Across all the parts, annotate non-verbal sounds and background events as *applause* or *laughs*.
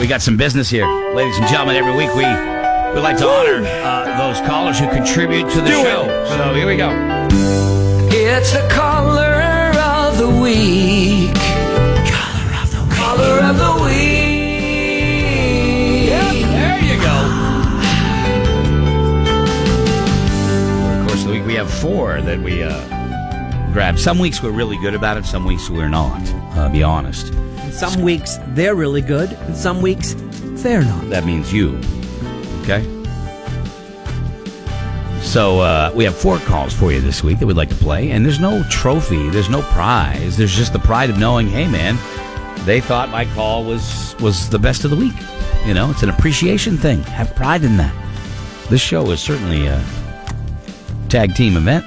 We got some business here. Ladies and gentlemen, every week we, we like to honor uh, those callers who contribute to the Do it. show. So here we go. It's the caller of the week. Caller of the week. There you go. Of course, the week we have four that we uh, grab. Some weeks we're really good about it, some weeks we're not. Uh, be honest. Some weeks they're really good, and some weeks they're not. That means you. Okay? So uh, we have four calls for you this week that we'd like to play, and there's no trophy, there's no prize, there's just the pride of knowing, hey man, they thought my call was was the best of the week. You know, it's an appreciation thing. Have pride in that. This show is certainly a tag team event.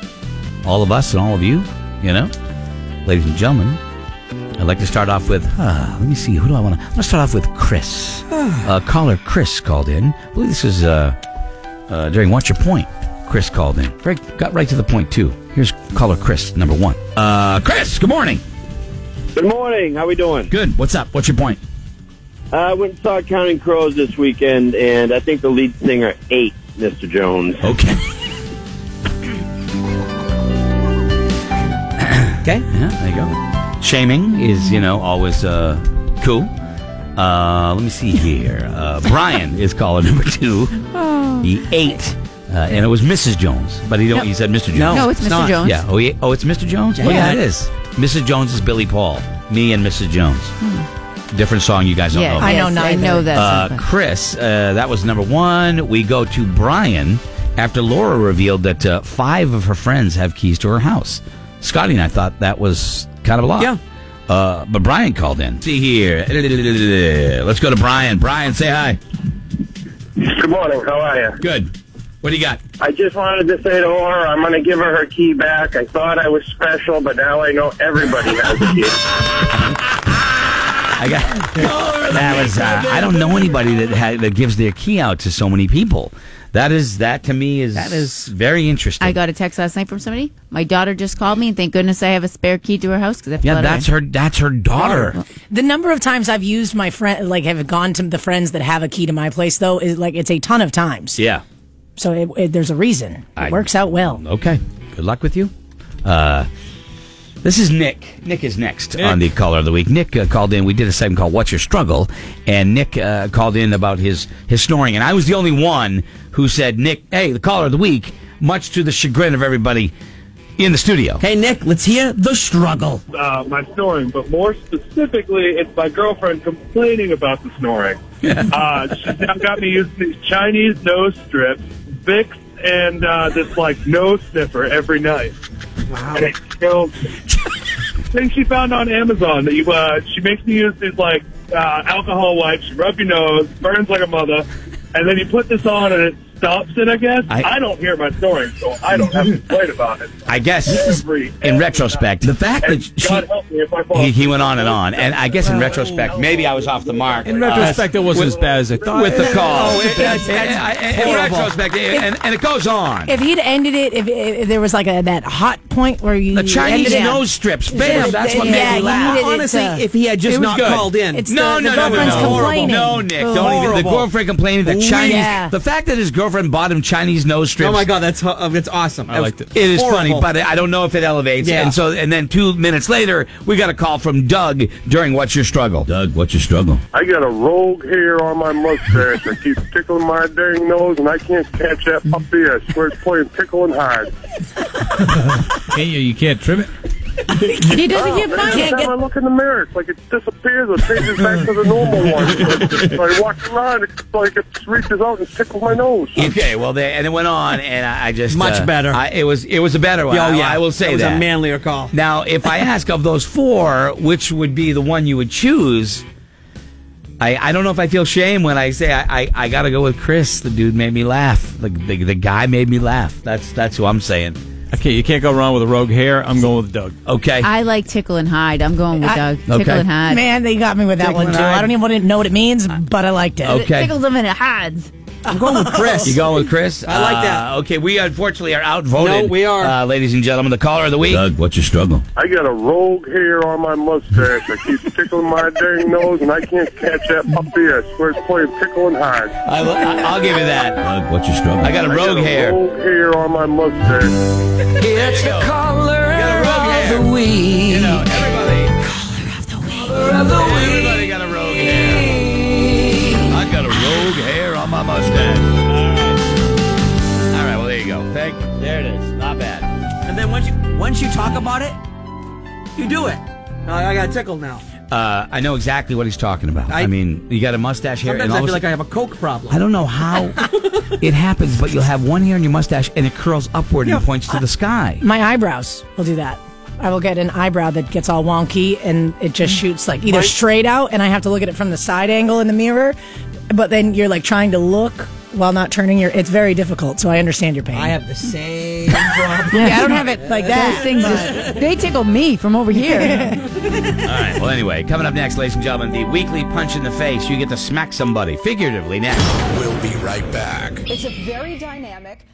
All of us and all of you, you know, ladies and gentlemen. I'd like to start off with. Uh, let me see. Who do I want to? I'm gonna start off with *sighs* Chris. uh, caller Chris called in. I believe this is uh, uh, during What's Your Point? Chris called in. Right, got right to the point too. Here's caller Chris, number one. Uh, Chris, good morning. Good morning. How we doing? Good. What's up? What's your point? Uh, I went and saw Counting Crows this weekend, and I think the lead singer ate Mr. Jones. Okay. *laughs* Okay? Yeah, there you go. Shaming is, you know, always uh, cool. Uh, let me see here. *laughs* Uh, Brian is caller number two. He ate, uh, and it was Mrs. Jones, but he don't. He said Mr. Jones. Oh. No, it's Mr. not. Jones. Yeah. Oh, yeah. oh, it's Mr. Jones. Yeah, it is. Mrs. Jones is Billy Paul. Me and Mrs. Jones. Different song. You guys don't know. Hmm. I know. Yes, now. I I know. know that. Uh, Chris, uh, that was number one. We go to Brian after Laura revealed that uh, five of her friends have keys to her house. Scotty and I thought that was kind of a lot. Yeah. Uh, but Brian called in. See here. Let's go to Brian. Brian, say hi. Good morning. How are you? Good. What do you got? I just wanted to say to Laura, I'm going to give her her key back. I thought I was special, but now I know everybody has a key. I got that was. Uh, I don't know anybody that ha- that gives their key out to so many people. That is that to me is That is- very interesting. I got a text last night from somebody. My daughter just called me, and thank goodness I have a spare key to her house because I have to yeah, let her that's in. her. That's her daughter. The number of times I've used my friend, like have gone to the friends that have a key to my place, though, is like it's a ton of times. Yeah. So it, it, there's a reason. It I- works out well. Okay. Good luck with you. Uh, this is Nick. Nick is next on the caller of the week. Nick uh, called in. We did a segment called "What's Your Struggle," and Nick uh, called in about his his snoring. And I was the only one who said, "Nick, hey, the caller of the week," much to the chagrin of everybody in the studio. Hey, Nick, let's hear the struggle. uh, my snoring, but more specifically, it's my girlfriend complaining about the *laughs* snoring. uh, she's now got me using these Chinese nose strips, Vicks, and uh, this like nose sniffer every night. Wow, it kills *laughs* me. Thing she found on Amazon that you uh, she makes me use these like uh, alcohol wipes. You rub your nose, burns like a mother, and then you put this on and it stops it. I guess I- I, don't hear my snoring, so I don't have to complain about it. I guess Every- in retrospect, the fact that And God help me if I fall she, he, he went on and on, and I guess in Oh. retrospect, maybe I was off the mark. In uh, retrospect, it wasn't as bad as I thought. with the call, No, it- that's- that's In- in horrible. retrospect, and, and it goes on. If he'd ended it, if, if there was like a, that hot point where you The Chinese ended it- nose strips, bam! Yeah, That's what yeah, made me you laugh. needed it Honestly, to- if he had It just was not good. called in, It's no, the- no, no, the no, girlfriend's no, complaining. no, Nick, don't even. The Horrible. girlfriend complaining. The Horrible. Chinese, Yeah. the fact that his girlfriend bought him Chinese nose strips. oh my god, that's hu- uh, that's awesome. I That was liked it. It is horrible. funny, but I don't know if it elevates. Yeah. And so, and then two minutes later, we got a call from Doug during "What's Your Struggle." Doug, what's your struggle? I got a rogue hair on my mustache that keeps tickling my dang nose, and I can't catch that puppy. I swear it's playing tickle and hide. Can't you, you can't trim it. He doesn't get Every money. time I look in the mirror, it's like it disappears or changes back to the normal one. So I walk around, it's like it reaches out and tickles my nose. Okay, well, there, and it went on, and I, I just uh, Much better. I, it was it was a better one. oh I- yeah, I, will say that was that. a manlier call. Now, if I ask of those four, which would be the one you would choose? I, I don't know if I feel shame when I say I, I, I got to go with Chris. The dude made me laugh. The, the, the guy made me laugh. That's that's who I'm saying. Okay, you can't go wrong with a rogue hair. I'm going with Doug. Okay. I like tickle and hide. I'm going with I- Doug. Tickle Okay. and hide. Man, they got me with that Tickle one and too. I hide. don't even want to know what it means, but I liked it. Uh, Okay. Tickles them and it hides. I'm going with Chris. You going with Chris? I like that. Uh, okay, we unfortunately are outvoted. No, we are. Uh, ladies and gentlemen, the caller of the week. Doug, what's your struggle? *laughs* I got a rogue hair on my mustache. I keep tickling my dang nose, and I can't catch that puppy. I swear it's playing tickling hard. I, will give you that. Doug, what's your struggle? I got a I rogue got a hair. Rogue hair on my mustache. It's the color of the week. You know, everybody, Color of the week. everybody got a rogue hair. I got a rogue hair on my mustache. All right. All right. Well, there you go. Thank. There it is. Not bad. And then once you once you talk about it, you do it. I, I got tickled now. Uh, I know exactly what he's talking about. I, I- mean, you got a mustache hair, Sometimes and all I of a feel like I sudden- have a coke problem. I don't know *laughs* how it happens, but you'll have one hair on your mustache, and it curls upward and points to the sky. My eyebrows will do that. I will get an eyebrow that gets all wonky and it just shoots like either straight out and I have to look at it from the side angle in the mirror, but then you're like trying to look while not turning your. It's very difficult, so I understand your pain. I have the same *laughs* problem. Yeah, I don't have it like that. Those things just, they tickle me from over here. All right. Well, anyway, coming up next, ladies and gentlemen, the weekly punch in the face. You get to smack somebody figuratively next. We'll be right back. It's a very dynamic